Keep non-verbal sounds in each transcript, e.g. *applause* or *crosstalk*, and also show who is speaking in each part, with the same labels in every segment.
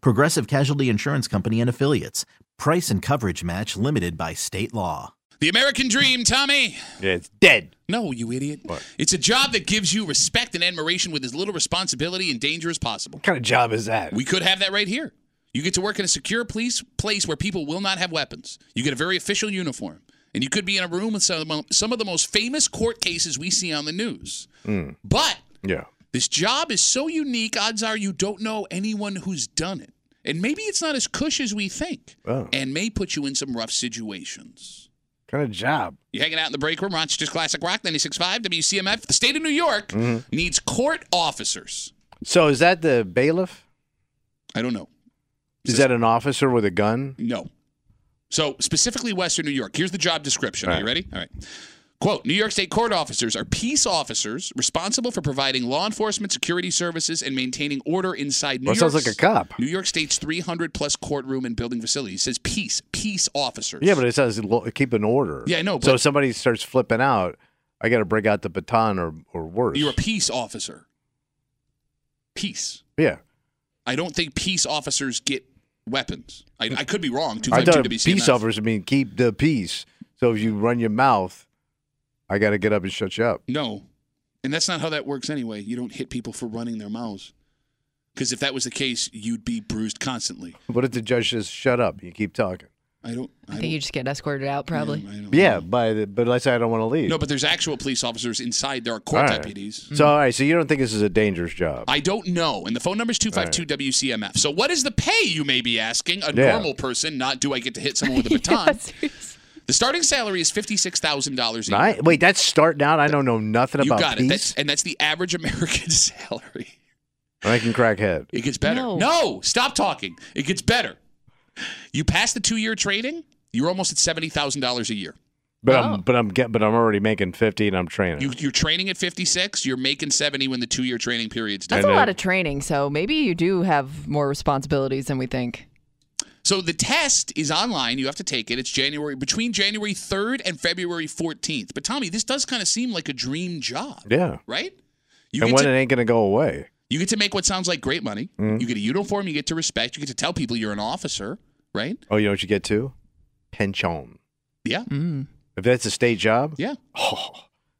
Speaker 1: Progressive Casualty Insurance Company and Affiliates. Price and coverage match limited by state law.
Speaker 2: The American dream, Tommy.
Speaker 3: Yeah, it's dead.
Speaker 2: No, you idiot. It's a job that gives you respect and admiration with as little responsibility and danger as possible.
Speaker 3: What kind of job is that?
Speaker 2: We could have that right here. You get to work in a secure police place where people will not have weapons. You get a very official uniform. And you could be in a room with some of the, mo- some of the most famous court cases we see on the news. But
Speaker 3: yeah.
Speaker 2: this job is so unique, odds are you don't know anyone who's done it. And maybe it's not as cush as we think
Speaker 3: Oh.
Speaker 2: and may put you in some rough situations.
Speaker 3: kind of job?
Speaker 2: You hanging out in the break room, Rochester's Classic Rock 96.5 WCMF. The state of New York
Speaker 3: Mm-hmm.
Speaker 2: needs court officers.
Speaker 3: So is that the bailiff?
Speaker 2: I don't know.
Speaker 3: Is that an officer with a gun?
Speaker 2: No. So, specifically Western New York. Here's the job description. Are
Speaker 3: All
Speaker 2: you
Speaker 3: right.
Speaker 2: ready? All right. Quote New York State court officers are peace officers responsible for providing law enforcement, security services, and maintaining order inside New
Speaker 3: Well, it sounds
Speaker 2: York's-
Speaker 3: like a cop.
Speaker 2: New York State's 300 plus courtroom and building facilities. It says peace, peace officers.
Speaker 3: Yeah, but it says lo- keep an order.
Speaker 2: Yeah, I know,
Speaker 3: So
Speaker 2: but-
Speaker 3: if somebody starts flipping out, I got to break out the baton or or worse.
Speaker 2: you're a peace officer. Peace.
Speaker 3: yeah.
Speaker 2: I don't think peace officers get weapons. I, I could be wrong. 252
Speaker 3: I thought
Speaker 2: WCMF.
Speaker 3: peace officers mean keep the peace. So if you run your mouth, I got to get up and shut you up.
Speaker 2: No, and that's not how that works anyway. You don't hit people for running their mouths. Because if that was the case, you'd be bruised constantly.
Speaker 3: What if the judge says shut up? You keep talking.
Speaker 2: I don't. I
Speaker 4: I
Speaker 2: don't-
Speaker 4: think you just get escorted out, probably.
Speaker 2: I don't
Speaker 3: Yeah,
Speaker 2: know.
Speaker 3: by the, but let's say I don't want to leave.
Speaker 2: No, but there's actual police officers inside. There are court
Speaker 3: All right.
Speaker 2: deputies.
Speaker 3: So all right, so you don't think this is a dangerous job?
Speaker 2: I don't know. And the phone number is 252 WCMF. So, what is the pay, you may be asking? A
Speaker 3: Yeah.
Speaker 2: normal person, not do I get to hit someone
Speaker 3: *laughs*
Speaker 4: *laughs*
Speaker 2: with a baton? The starting salary is $56,000 a year.
Speaker 3: Ni- Wait, that's starting out. I don't know nothing
Speaker 2: You
Speaker 3: about
Speaker 2: got it.
Speaker 3: peace.
Speaker 2: That's, and that's the average *laughs* American salary.
Speaker 3: I can crack head.
Speaker 2: It gets better. No.
Speaker 4: No.
Speaker 2: stop talking. It gets better. You pass the two year training, you're almost at seventy thousand dollars a year.
Speaker 3: But
Speaker 4: Oh.
Speaker 3: I'm but I'm get, but I'm already making fifty and I'm training.
Speaker 2: You, you're training at fifty six. You're making seventy when the two year training period's done.
Speaker 4: That's
Speaker 3: I
Speaker 4: a
Speaker 3: know.
Speaker 4: lot of training, so maybe you do have more responsibilities than we think.
Speaker 2: So the test is online. You have to take it. It's January between January third and February fourteenth. But Tommy, this does kind of seem like a dream job,
Speaker 3: yeah.
Speaker 2: right? You
Speaker 3: and
Speaker 2: get
Speaker 3: when
Speaker 2: to-
Speaker 3: it Mm-hmm. ain't gonna go away.
Speaker 2: You get to make what sounds like great money. You get a uniform. You get to respect. You get to tell people you're an officer, right?
Speaker 3: Oh, you know what you get too? Pension.
Speaker 2: Yeah,
Speaker 4: Mm.
Speaker 3: If that's a state job,
Speaker 2: yeah.
Speaker 3: *laughs* oh,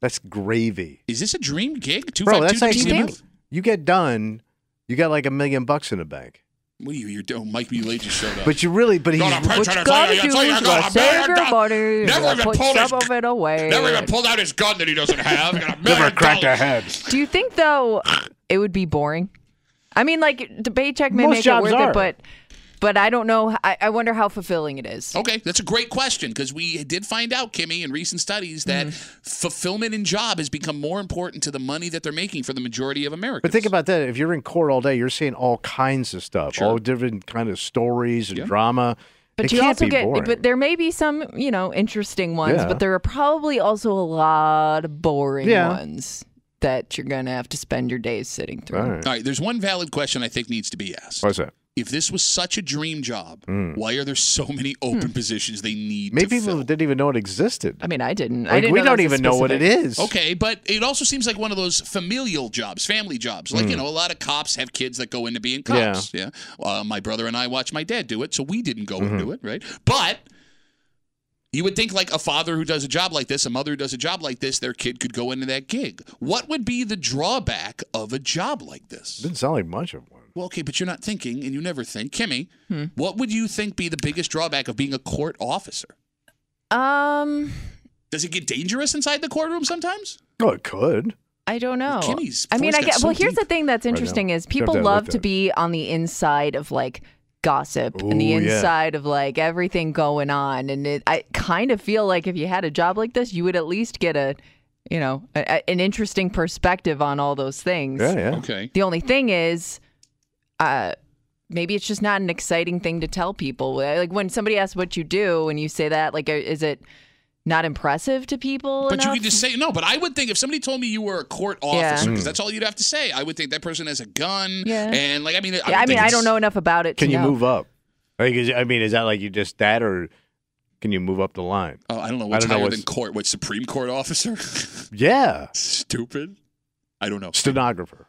Speaker 3: that's gravy.
Speaker 2: Is this a dream gig? Two
Speaker 3: Bro,
Speaker 2: five
Speaker 3: that's
Speaker 2: two
Speaker 3: like
Speaker 2: WCMF?
Speaker 3: you, you get done, you got like a million bucks in the bank.
Speaker 2: What are you? You're doing? Mike Muley just showed up.
Speaker 3: But you really, but he's
Speaker 2: No, no, I'm
Speaker 3: but-
Speaker 2: trying to tell
Speaker 4: gotta
Speaker 2: you, I
Speaker 4: do
Speaker 2: tell you, I
Speaker 4: is
Speaker 2: got a
Speaker 4: gotta save
Speaker 2: million
Speaker 4: your
Speaker 2: dollars.
Speaker 4: money, you
Speaker 2: Never
Speaker 4: gotta
Speaker 2: even
Speaker 4: put
Speaker 2: pulled
Speaker 4: some
Speaker 2: his-
Speaker 4: of it away.
Speaker 2: Never even pulled out his gun that he doesn't have. Got a
Speaker 3: *laughs* never
Speaker 2: million
Speaker 3: cracked a
Speaker 2: dollars.
Speaker 3: head.
Speaker 4: Do you think though it would be boring? I mean, like the paycheck may
Speaker 3: Most
Speaker 4: make it
Speaker 3: jobs
Speaker 4: worth
Speaker 3: are.
Speaker 4: it, but but I don't know. I, I wonder how fulfilling it is.
Speaker 2: Okay, that's a great question because we did find out, Kimmy, in recent studies that
Speaker 3: Mm-hmm.
Speaker 2: fulfillment in job has become more important to the money that they're making for the majority of Americans.
Speaker 3: But think about that. If you're in court all day, you're seeing all kinds of stuff,
Speaker 2: Sure.
Speaker 3: all different kind of stories and
Speaker 2: Yeah.
Speaker 3: drama.
Speaker 4: But
Speaker 3: it
Speaker 4: you
Speaker 3: can't
Speaker 4: also
Speaker 3: be
Speaker 4: get,
Speaker 3: boring.
Speaker 4: but there may be some, you know, interesting ones,
Speaker 3: Yeah.
Speaker 4: but there are probably also a lot of boring
Speaker 3: Yeah.
Speaker 4: ones that you're gonna have to spend your days sitting through.
Speaker 3: all right.
Speaker 2: All right, there's one valid question I think needs to be asked.
Speaker 3: What's that?
Speaker 2: If this was such a dream job, why are there so many open positions they need
Speaker 3: Mm. Hmm. Maybe
Speaker 2: to
Speaker 3: people
Speaker 2: fill?
Speaker 3: didn't even know it existed.
Speaker 4: I mean, I didn't. I
Speaker 3: Like,
Speaker 4: didn't
Speaker 3: we
Speaker 4: know
Speaker 3: don't
Speaker 4: that's a
Speaker 3: even know what it
Speaker 4: specific-
Speaker 3: is.
Speaker 2: Okay, but it also seems like one of those familial jobs, family jobs. Like, you know, a lot of cops have kids that go into being cops. Yeah. Uh, my brother and I watched my dad do it, so we didn't go and do it, right? But You would think like a father who does a job like this, a mother who does a job like this, their kid could go into that gig. What would be the drawback of a job like this?
Speaker 3: Didn't sound like much of one.
Speaker 2: Well, okay, but you're not thinking and you never think. Kimmy, what would you think be the biggest drawback of being a court officer?
Speaker 4: Um,
Speaker 2: Does it get dangerous inside the courtroom sometimes?
Speaker 3: Oh, it could.
Speaker 4: I don't know.
Speaker 2: Kimmy's
Speaker 4: I mean,
Speaker 2: voice
Speaker 4: I
Speaker 2: got
Speaker 4: get.
Speaker 2: so
Speaker 4: well, here's
Speaker 2: deep
Speaker 4: the thing that's
Speaker 3: now.
Speaker 4: interesting is
Speaker 3: You have to
Speaker 4: people
Speaker 3: have
Speaker 4: love
Speaker 3: looked
Speaker 4: to
Speaker 3: at it.
Speaker 4: be on the inside of like gossip and the
Speaker 3: Ooh, yeah.
Speaker 4: inside of like everything going on, and it, I kind of feel like if you had a job like this, you would at least get a, you know, a, a- an interesting perspective on all those things.
Speaker 3: Yeah, yeah.
Speaker 2: Okay.
Speaker 4: The only thing is, uh, maybe it's just not an exciting thing to tell people. Like when somebody asks what you do and you say that, like, uh, is it not impressive to people?
Speaker 2: But you
Speaker 4: enough?
Speaker 2: could just say no. But I would think if somebody told me you were a court officer,
Speaker 4: Yeah.
Speaker 3: Mm.
Speaker 2: because that's all you'd have to say, I would think that person has a gun.
Speaker 4: Yeah.
Speaker 2: And like, I mean, I, would
Speaker 4: Yeah, I mean,
Speaker 2: think
Speaker 4: I
Speaker 2: it's-
Speaker 4: don't know enough about it.
Speaker 3: Can
Speaker 4: to
Speaker 3: you
Speaker 4: know.
Speaker 3: move up? Like, is, I mean, is that like you just that, or can you move up the line?
Speaker 2: Oh, I don't know what's
Speaker 3: don't know
Speaker 2: higher
Speaker 3: what's-
Speaker 2: than court. What Supreme Court officer? *laughs*
Speaker 3: Yeah,
Speaker 2: Stupid. I don't know.
Speaker 3: stenographer.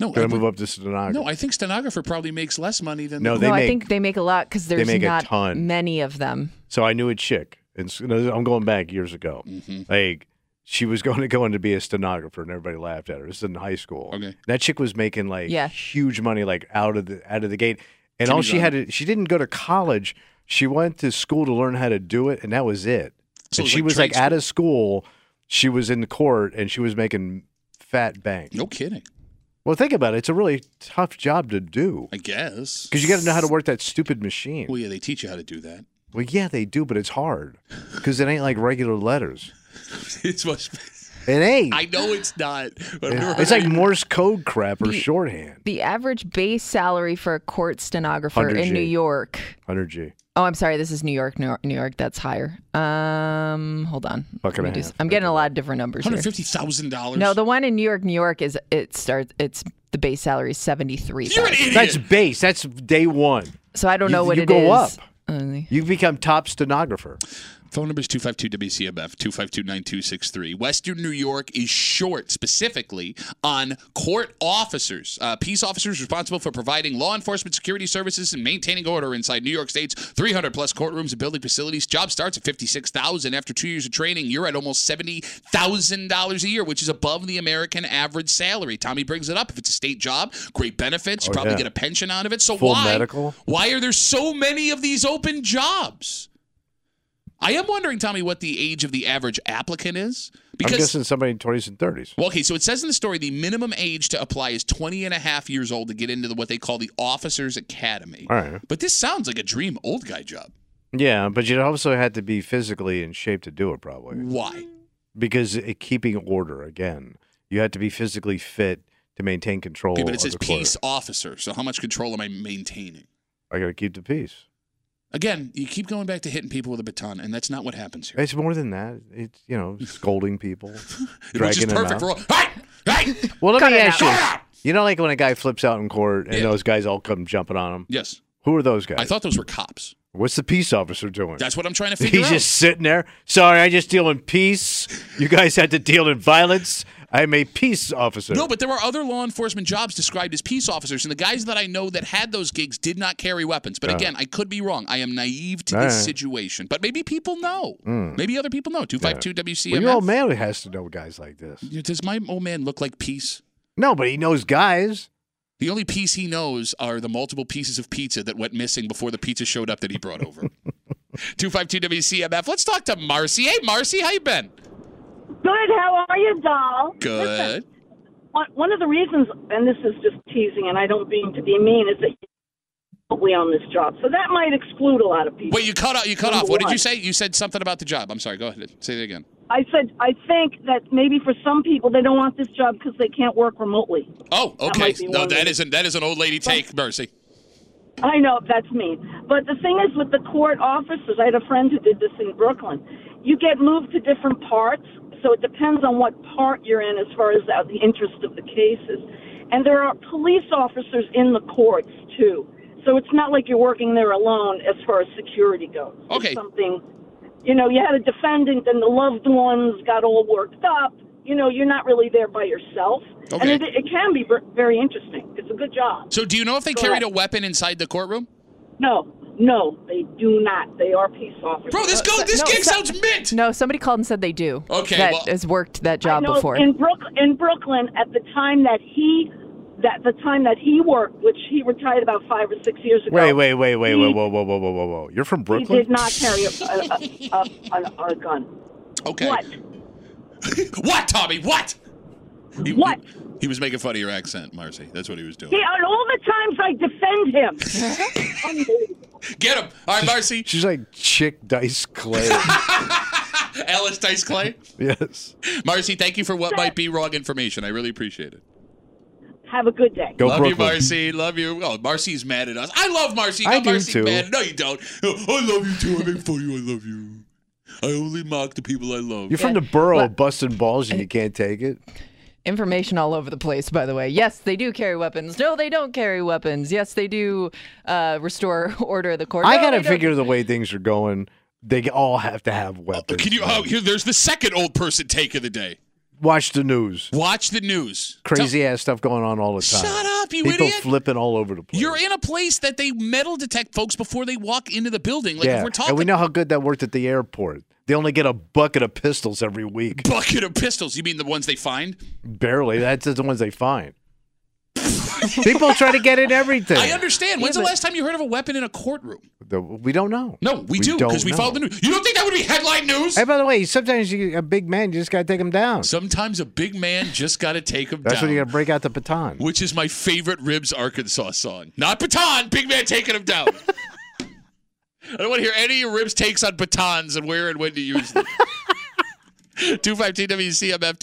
Speaker 2: No,
Speaker 3: Can I
Speaker 2: would-
Speaker 3: move up to stenographer?
Speaker 2: No, I think stenographer probably makes less money than
Speaker 3: No,
Speaker 2: the-
Speaker 3: they
Speaker 4: no, I
Speaker 3: make-
Speaker 4: think they make a lot because there's
Speaker 3: make a
Speaker 4: not
Speaker 3: ton.
Speaker 4: many of them.
Speaker 3: So I knew a chick, and s- no, I'm going back years ago.
Speaker 2: Mm-hmm.
Speaker 3: Like she was *laughs* going to go in to be a stenographer, and everybody laughed at her. This is in high school.
Speaker 2: Okay.
Speaker 3: that chick was making like
Speaker 4: Yeah.
Speaker 3: huge money, like out of the out of the gate. And all
Speaker 2: Kimmy
Speaker 3: she had, to, she didn't go to college. She went to school to learn how to do it, and that was it.
Speaker 2: So it
Speaker 3: and
Speaker 2: was
Speaker 3: she
Speaker 2: like
Speaker 3: was
Speaker 2: trade
Speaker 3: like out of school. She was in court, and she was making fat bank.
Speaker 2: No kidding.
Speaker 3: Well, think about it. It's a really tough job to do
Speaker 2: I guess.
Speaker 3: because you got to know how to work that stupid machine.
Speaker 2: Well, yeah, they teach you how to do that. *laughs*
Speaker 3: Well, yeah, they do, but it's hard because it ain't like regular letters.
Speaker 2: it's much.
Speaker 3: It ain't.
Speaker 2: I know it's not. But
Speaker 3: It- it's like Morse code crap or
Speaker 4: The-
Speaker 3: shorthand.
Speaker 4: The average base salary for a court stenographer
Speaker 3: 100
Speaker 4: in
Speaker 3: G.
Speaker 4: New York.
Speaker 3: 100G.
Speaker 4: Oh, I'm sorry. This is New York, New York, New York. That's higher. Um, hold on.
Speaker 3: Fuck and
Speaker 4: Let
Speaker 3: a
Speaker 4: me do s-
Speaker 3: half.
Speaker 4: I'm getting a lot of different numbers here.
Speaker 2: hundred fifty thousand dollars.
Speaker 4: No, the one in New York, New York is it starts. It's the base salary is seventy three.
Speaker 2: you're an idiot.
Speaker 3: That's *laughs* base. That's day one.
Speaker 4: So I don't
Speaker 3: You-
Speaker 4: know what
Speaker 3: you
Speaker 4: it is. Uh,
Speaker 3: go up.
Speaker 4: Only-
Speaker 3: You become top stenographer.
Speaker 2: Phone number is 252 WCMF, 252 9263. Western New York is short specifically on court officers, uh, peace officers responsible for providing law enforcement security services and maintaining order inside New York State's 300 plus courtrooms and building facilities. Job starts at 56,000. After two years of training, you're at almost $70,000 a year, which is above the American average salary. Tommy brings it up. If it's a state job, great benefits. You
Speaker 3: Oh,
Speaker 2: probably
Speaker 3: yeah.
Speaker 2: get a pension out of it. So
Speaker 3: Full
Speaker 2: why?
Speaker 3: medical.
Speaker 2: Why are there so many of these open jobs? I am wondering, Tommy, what the age of the average applicant is.
Speaker 3: I'm
Speaker 2: Because,
Speaker 3: guessing somebody in 20s and 30s.
Speaker 2: well, okay, so it says in the story the minimum age to apply is 20 and a half years old to get into the, what they call the Officers Academy.
Speaker 3: All right.
Speaker 2: But this sounds like a dream old guy job.
Speaker 3: Yeah, but you also had to be physically in shape to do it, probably.
Speaker 2: Why?
Speaker 3: Oh, Because it, keeping order, again, you had to be physically fit to maintain control.
Speaker 2: Okay, but it
Speaker 3: of
Speaker 2: says
Speaker 3: the court.
Speaker 2: peace officer, so how much control am I maintaining?
Speaker 3: I got to keep the peace.
Speaker 2: Again, you keep going back to hitting people with a baton, and that's not what happens here.
Speaker 3: It's more than that. It's, you know, scolding
Speaker 2: *laughs*
Speaker 3: people,
Speaker 2: Which is
Speaker 3: dragging them
Speaker 2: perfect
Speaker 3: out.
Speaker 2: for all. Hey!
Speaker 3: *laughs*
Speaker 2: Hey!
Speaker 3: Well, let
Speaker 4: Cut
Speaker 3: me
Speaker 4: it
Speaker 3: ask you.
Speaker 4: out.
Speaker 2: Cut it out.
Speaker 3: You know, like when a guy flips out in court and
Speaker 2: Yeah.
Speaker 3: those guys all come jumping on him.
Speaker 2: Yes.
Speaker 3: Who are those guys?
Speaker 2: I thought those were cops.
Speaker 3: What's the peace officer doing? *laughs*
Speaker 2: That's what I'm trying to figure
Speaker 3: He's
Speaker 2: out.
Speaker 3: just sitting there. Sorry, I just deal in peace. You guys had to deal in violence. I'm a peace officer.
Speaker 2: No, but there were other law enforcement jobs described as peace officers, and the guys that I know that had those gigs did not carry weapons. But again, I could be wrong. I am naive to this
Speaker 3: Alright.
Speaker 2: situation. But maybe people know. Maybe other people know. 252
Speaker 3: Hmm. well,
Speaker 2: WCMF.
Speaker 3: your old man has to know guys like this.
Speaker 2: Does my old man look like peace?
Speaker 3: No, but he knows guys.
Speaker 2: The only piece he knows are the multiple pieces of pizza that went missing before the pizza showed up that he brought
Speaker 3: *laughs*
Speaker 2: over. 252 WCMF. Let's talk to Marcy. Hey, Marcy, how you been?
Speaker 5: Good. How are you, doll?
Speaker 2: Good.
Speaker 5: One, one of the reasons, and this is just teasing, and I don't mean to be mean, is that you know we own this job, so that might exclude a lot of people.
Speaker 2: Wait, you cut off. You cut off. What did you say? You said something about the job. I'm sorry. Go ahead. Say it again.
Speaker 5: I said I think that maybe for some people they don't want this job because they can't work remotely.
Speaker 2: Oh, okay.
Speaker 5: might be
Speaker 2: No,
Speaker 5: one
Speaker 2: that
Speaker 5: reason.
Speaker 2: isn't. That is an old lady take, Mercy.
Speaker 5: I know that's mean, but the thing is with the court officers, I had a friend who did this in Brooklyn. You get moved to different parts, so it depends on what part you're in as far as uh, the interest of the cases. And there are police officers in the courts too, so it's not like you're working there alone as far as security goes. It's
Speaker 2: Okay.
Speaker 5: something, you know, you had a defendant and the loved ones got all worked up. You know, you're not really there by yourself, and
Speaker 2: Okay.
Speaker 5: it, it can be ver- very interesting. It's a good job.
Speaker 2: So, do you know if they
Speaker 5: Go
Speaker 2: carried
Speaker 5: ahead.
Speaker 2: a weapon inside the courtroom?
Speaker 5: No, No, they do not. They are peace officers.
Speaker 2: Bro, this go this
Speaker 4: no,
Speaker 2: game
Speaker 4: so-
Speaker 2: sounds mint.
Speaker 4: No, somebody called and said they do.
Speaker 2: Okay,
Speaker 4: that
Speaker 2: well-
Speaker 4: has worked that
Speaker 5: I
Speaker 4: job
Speaker 5: know
Speaker 4: before.
Speaker 5: in Brook in Brooklyn at the time that he that the time that he worked, which he retired about five or six years ago.
Speaker 3: Wait, wait, wait, wait,
Speaker 5: he-
Speaker 3: whoa, whoa, whoa, whoa, whoa, whoa, whoa! You're from
Speaker 5: He
Speaker 3: Brooklyn?
Speaker 5: did not carry a, a, a, a, a, a gun.
Speaker 2: Okay.
Speaker 5: What?
Speaker 2: What, Tommy? What? He,
Speaker 5: What?
Speaker 2: He was making fun of your accent, Marcy. That's what he was doing.
Speaker 5: He, on all the times I defend him.
Speaker 3: *laughs*
Speaker 5: Unbelievable.
Speaker 2: Get him. All right, *laughs* Marcy.
Speaker 3: She's like Chick Dice
Speaker 5: *laughs*
Speaker 3: Clay.
Speaker 2: Alice Dice Clay.
Speaker 3: yes.
Speaker 2: Marcy, thank you for what might be wrong information. I really appreciate it.
Speaker 5: Have a good day.
Speaker 3: Go
Speaker 2: love
Speaker 3: Brooklyn.
Speaker 2: you, Marcy. Love you. Oh, Marcy's mad at us. I love Marcy.
Speaker 3: I
Speaker 2: Not
Speaker 3: do
Speaker 2: Marcy
Speaker 3: too.
Speaker 2: mad. No, you don't. Oh, I love you too. I make fun of you. I love you. I only mock the people I love.
Speaker 3: You're from the borough of busting balls and you can't take it.
Speaker 4: Information all over the place, by the way. Yes, they do carry weapons. No, they don't carry weapons. Yes, they do uh, restore *laughs* order of the court.
Speaker 3: I
Speaker 4: No,
Speaker 3: gotta
Speaker 4: they don't.
Speaker 3: figure the way things are going. They all have to have weapons.
Speaker 2: Can you? Oh, here, there's the second old person take of the day.
Speaker 3: watch the news?
Speaker 2: Watch the news.
Speaker 3: Crazy ass stuff going on all the time.
Speaker 2: Shut up, you
Speaker 3: People
Speaker 2: idiot.
Speaker 3: flipping all over the place.
Speaker 2: You're in a place that they metal detect folks before they walk into the building. Like if
Speaker 3: yeah,
Speaker 2: we're talking
Speaker 3: and we know how good that worked at the airport. They only get a bucket of pistols every week.
Speaker 2: bucket of pistols, you mean the ones they find?
Speaker 3: Barely. That's just the ones
Speaker 2: *laughs*
Speaker 3: they find. People try to get in everything.
Speaker 2: I understand. When's the last time you heard of a weapon in a courtroom?
Speaker 3: The- we don't know.
Speaker 2: No, we, do
Speaker 3: don't
Speaker 2: because we
Speaker 3: know.
Speaker 2: follow the news. You don't think that would be headline news?
Speaker 3: Hey, by the way, sometimes you, a big man, you just gotta take him down.
Speaker 2: Sometimes a big man just got to take him
Speaker 3: That's
Speaker 2: down.
Speaker 3: when you gotta break out the baton.
Speaker 2: which is my favorite Ribs Arkansas song. Not Baton, Big Man taking him
Speaker 3: *laughs*
Speaker 2: down. I don't want to hear any of your Ribs takes on batons and where and when to use them. 252 WCMF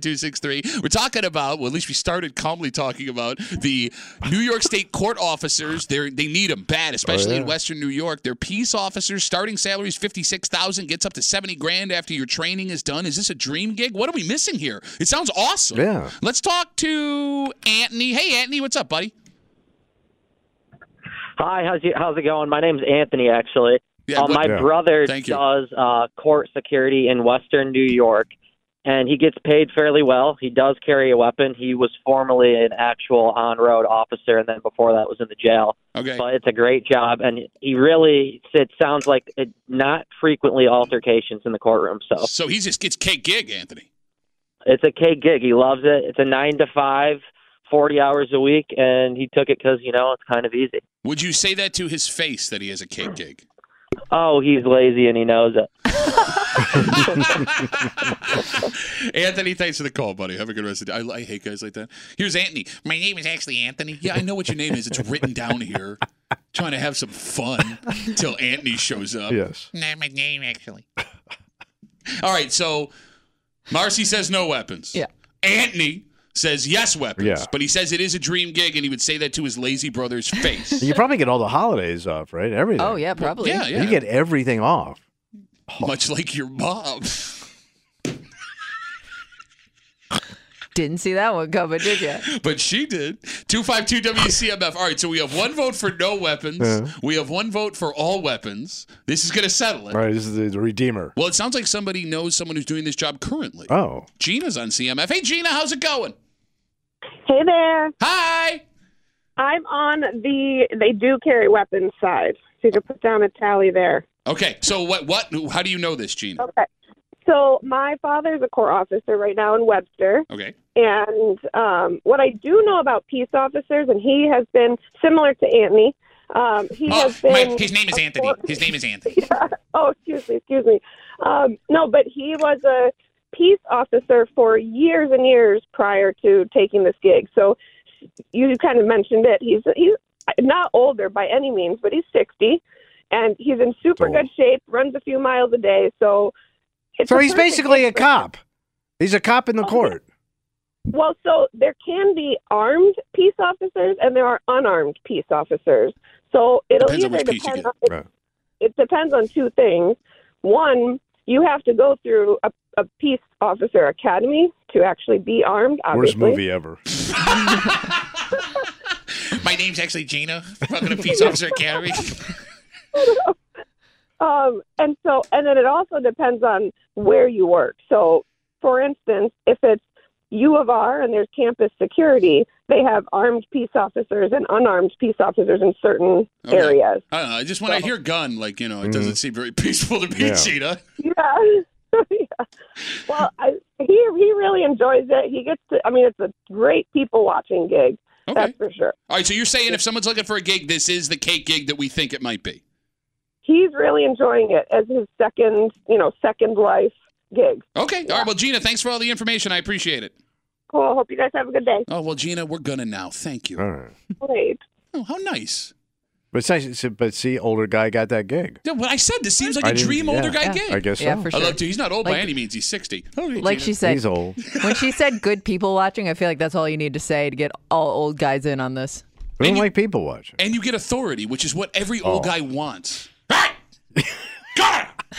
Speaker 2: 2529263. We're talking about, well, at least we started calmly talking about the New York State court officers. They they need them bad, especially in Western New York. They're peace officers. Starting salaries 56,000 gets up to 70 grand after your training is done. Is this a dream gig? What are we missing here? It sounds awesome.
Speaker 3: Yeah.
Speaker 2: Let's talk to Anthony. Hey Anthony, what's up, buddy?
Speaker 6: Hi, how's you, how's it going? My name's Anthony. Actually,
Speaker 2: Yeah,
Speaker 6: uh,
Speaker 2: what-
Speaker 6: my
Speaker 3: Yeah.
Speaker 6: brother
Speaker 2: Thank you.
Speaker 6: does uh, court security in Western New York, and he gets paid fairly well. He does carry a weapon. He was formerly an actual on-road officer, and then before that was in the jail.
Speaker 2: okay.
Speaker 6: But it's a great job, and he really it sounds like it, not frequently altercations in the courtroom. So
Speaker 2: So he just gets cake gig, Anthony.
Speaker 6: it's a K gig. He loves it. It's a nine to five, forty hours a week, and he took it because you know it's kind of easy.
Speaker 2: Would you say that to his face that he has a cake gig?
Speaker 6: Oh, he's lazy and he knows it.
Speaker 2: *laughs* Anthony, thanks for the call, buddy. Have a good rest of the day. I, I hate guys like that. Here's Anthony. My name is actually Anthony. Yeah, I know what your name is. It's written down here. Trying to have some fun till Anthony shows up.
Speaker 3: Yes.
Speaker 2: Not my name, actually. All right, so Marcy says no weapons.
Speaker 4: Yeah.
Speaker 2: Anthony says yes weapons.
Speaker 3: Yeah.
Speaker 2: But he says it is a dream gig, and he would say that to his lazy brother's
Speaker 3: *laughs*
Speaker 2: face.
Speaker 3: You probably get all the holidays off, right? Everything.
Speaker 4: Oh yeah, probably.
Speaker 2: yeah, yeah.
Speaker 3: You get everything off.
Speaker 2: Much like your mom.
Speaker 4: Didn't see that one coming, did you?
Speaker 2: But she did. 252 WCMF. All right, so we have one vote for no weapons.
Speaker 3: Yeah.
Speaker 2: We have one vote for all weapons. This is going to settle it.
Speaker 3: Right. This is the, the Redeemer.
Speaker 2: Well, it sounds like somebody knows someone who's doing this job currently.
Speaker 3: Oh.
Speaker 2: Gina's on CMF. Hey, Gina, how's it going?
Speaker 7: Hey there.
Speaker 2: Hi.
Speaker 7: I'm on the they do carry weapons side. So you can put down a tally there.
Speaker 2: Okay, so what? What? How do you know this, Gina?
Speaker 7: Okay. So my father's a court officer right now in Webster.
Speaker 2: Okay.
Speaker 7: And um, what I do know about peace officers, and he has been similar to Anthony. Um, he has been. a court-
Speaker 2: Oh, name is Anthony.
Speaker 7: oh, excuse me, excuse me. Um, no, but he was a peace officer for years and years prior to taking this gig. So you kind of mentioned it. He's he's not older by any means, but he's sixty, and he's in super
Speaker 3: Old.
Speaker 7: good shape. Runs a few miles a day, so. It's
Speaker 3: So
Speaker 7: a
Speaker 3: he's
Speaker 7: perfect
Speaker 3: basically
Speaker 7: gig
Speaker 3: a
Speaker 7: for-
Speaker 3: cop. He's a cop in the court.
Speaker 7: Well, so there can be armed peace officers and there are unarmed peace officers. So *laughs* it'll
Speaker 2: Depends on
Speaker 7: either
Speaker 2: which piece you
Speaker 7: depend
Speaker 2: get.
Speaker 7: on, it,
Speaker 3: Right.
Speaker 7: it depends on two things. One, you have to go through a, a peace officer academy to actually be armed.
Speaker 3: Worst
Speaker 7: Obviously,
Speaker 3: movie ever.
Speaker 2: My name's actually Gina. Fucking a peace officer academy.
Speaker 7: *laughs* Um, and so, and then it also depends on where you work. So, for instance, if it's
Speaker 5: U of R and there's campus security, they have armed peace officers and unarmed peace officers in certain
Speaker 2: Okay.
Speaker 5: areas. *laughs*
Speaker 2: I don't know. I just when I hear gun, like you know, it
Speaker 3: Mm-hmm.
Speaker 2: doesn't seem very peaceful to me,
Speaker 8: Yeah.
Speaker 2: Cheetah.
Speaker 5: Yeah. *laughs* yeah. Well, I, he he really enjoys it. He gets to. I mean, it's a great people watching gig.
Speaker 2: Okay.
Speaker 5: That's for sure.
Speaker 2: All right, so you're saying if someone's looking for a gig, this is the cake gig that we think it might be.
Speaker 5: He's really enjoying it as his second, you know, second life gig.
Speaker 2: Okay. All right. Well, Gina, thanks for all the information. I appreciate it.
Speaker 5: Cool. Hope you guys have a good day.
Speaker 2: Oh well, Gina, we're gonna now. Thank you.
Speaker 8: All right.
Speaker 5: Great.
Speaker 2: Oh, how nice.
Speaker 8: But, it's nice- but see, older guy got that gig.
Speaker 2: Yeah, what I said. This seems like
Speaker 8: I
Speaker 2: a
Speaker 8: didn't-
Speaker 2: dream
Speaker 8: yeah.
Speaker 2: older guy
Speaker 4: Yeah.
Speaker 2: gig.
Speaker 8: I guess
Speaker 4: Yeah,
Speaker 8: so.
Speaker 2: *laughs*
Speaker 4: for
Speaker 2: I
Speaker 4: sure.
Speaker 2: love to. He's not old by
Speaker 4: Like-
Speaker 2: any means. He's sixty. Oh, hey,
Speaker 4: Like
Speaker 2: Gina.
Speaker 4: she said,
Speaker 8: He's old.
Speaker 4: when she said good people watching, I feel like that's all you need to say to get all old guys in on this.
Speaker 8: We don't
Speaker 2: you-
Speaker 8: like people watching.
Speaker 2: and you get authority, which is what every old
Speaker 8: Oh.
Speaker 2: guy wants. Hey, got it.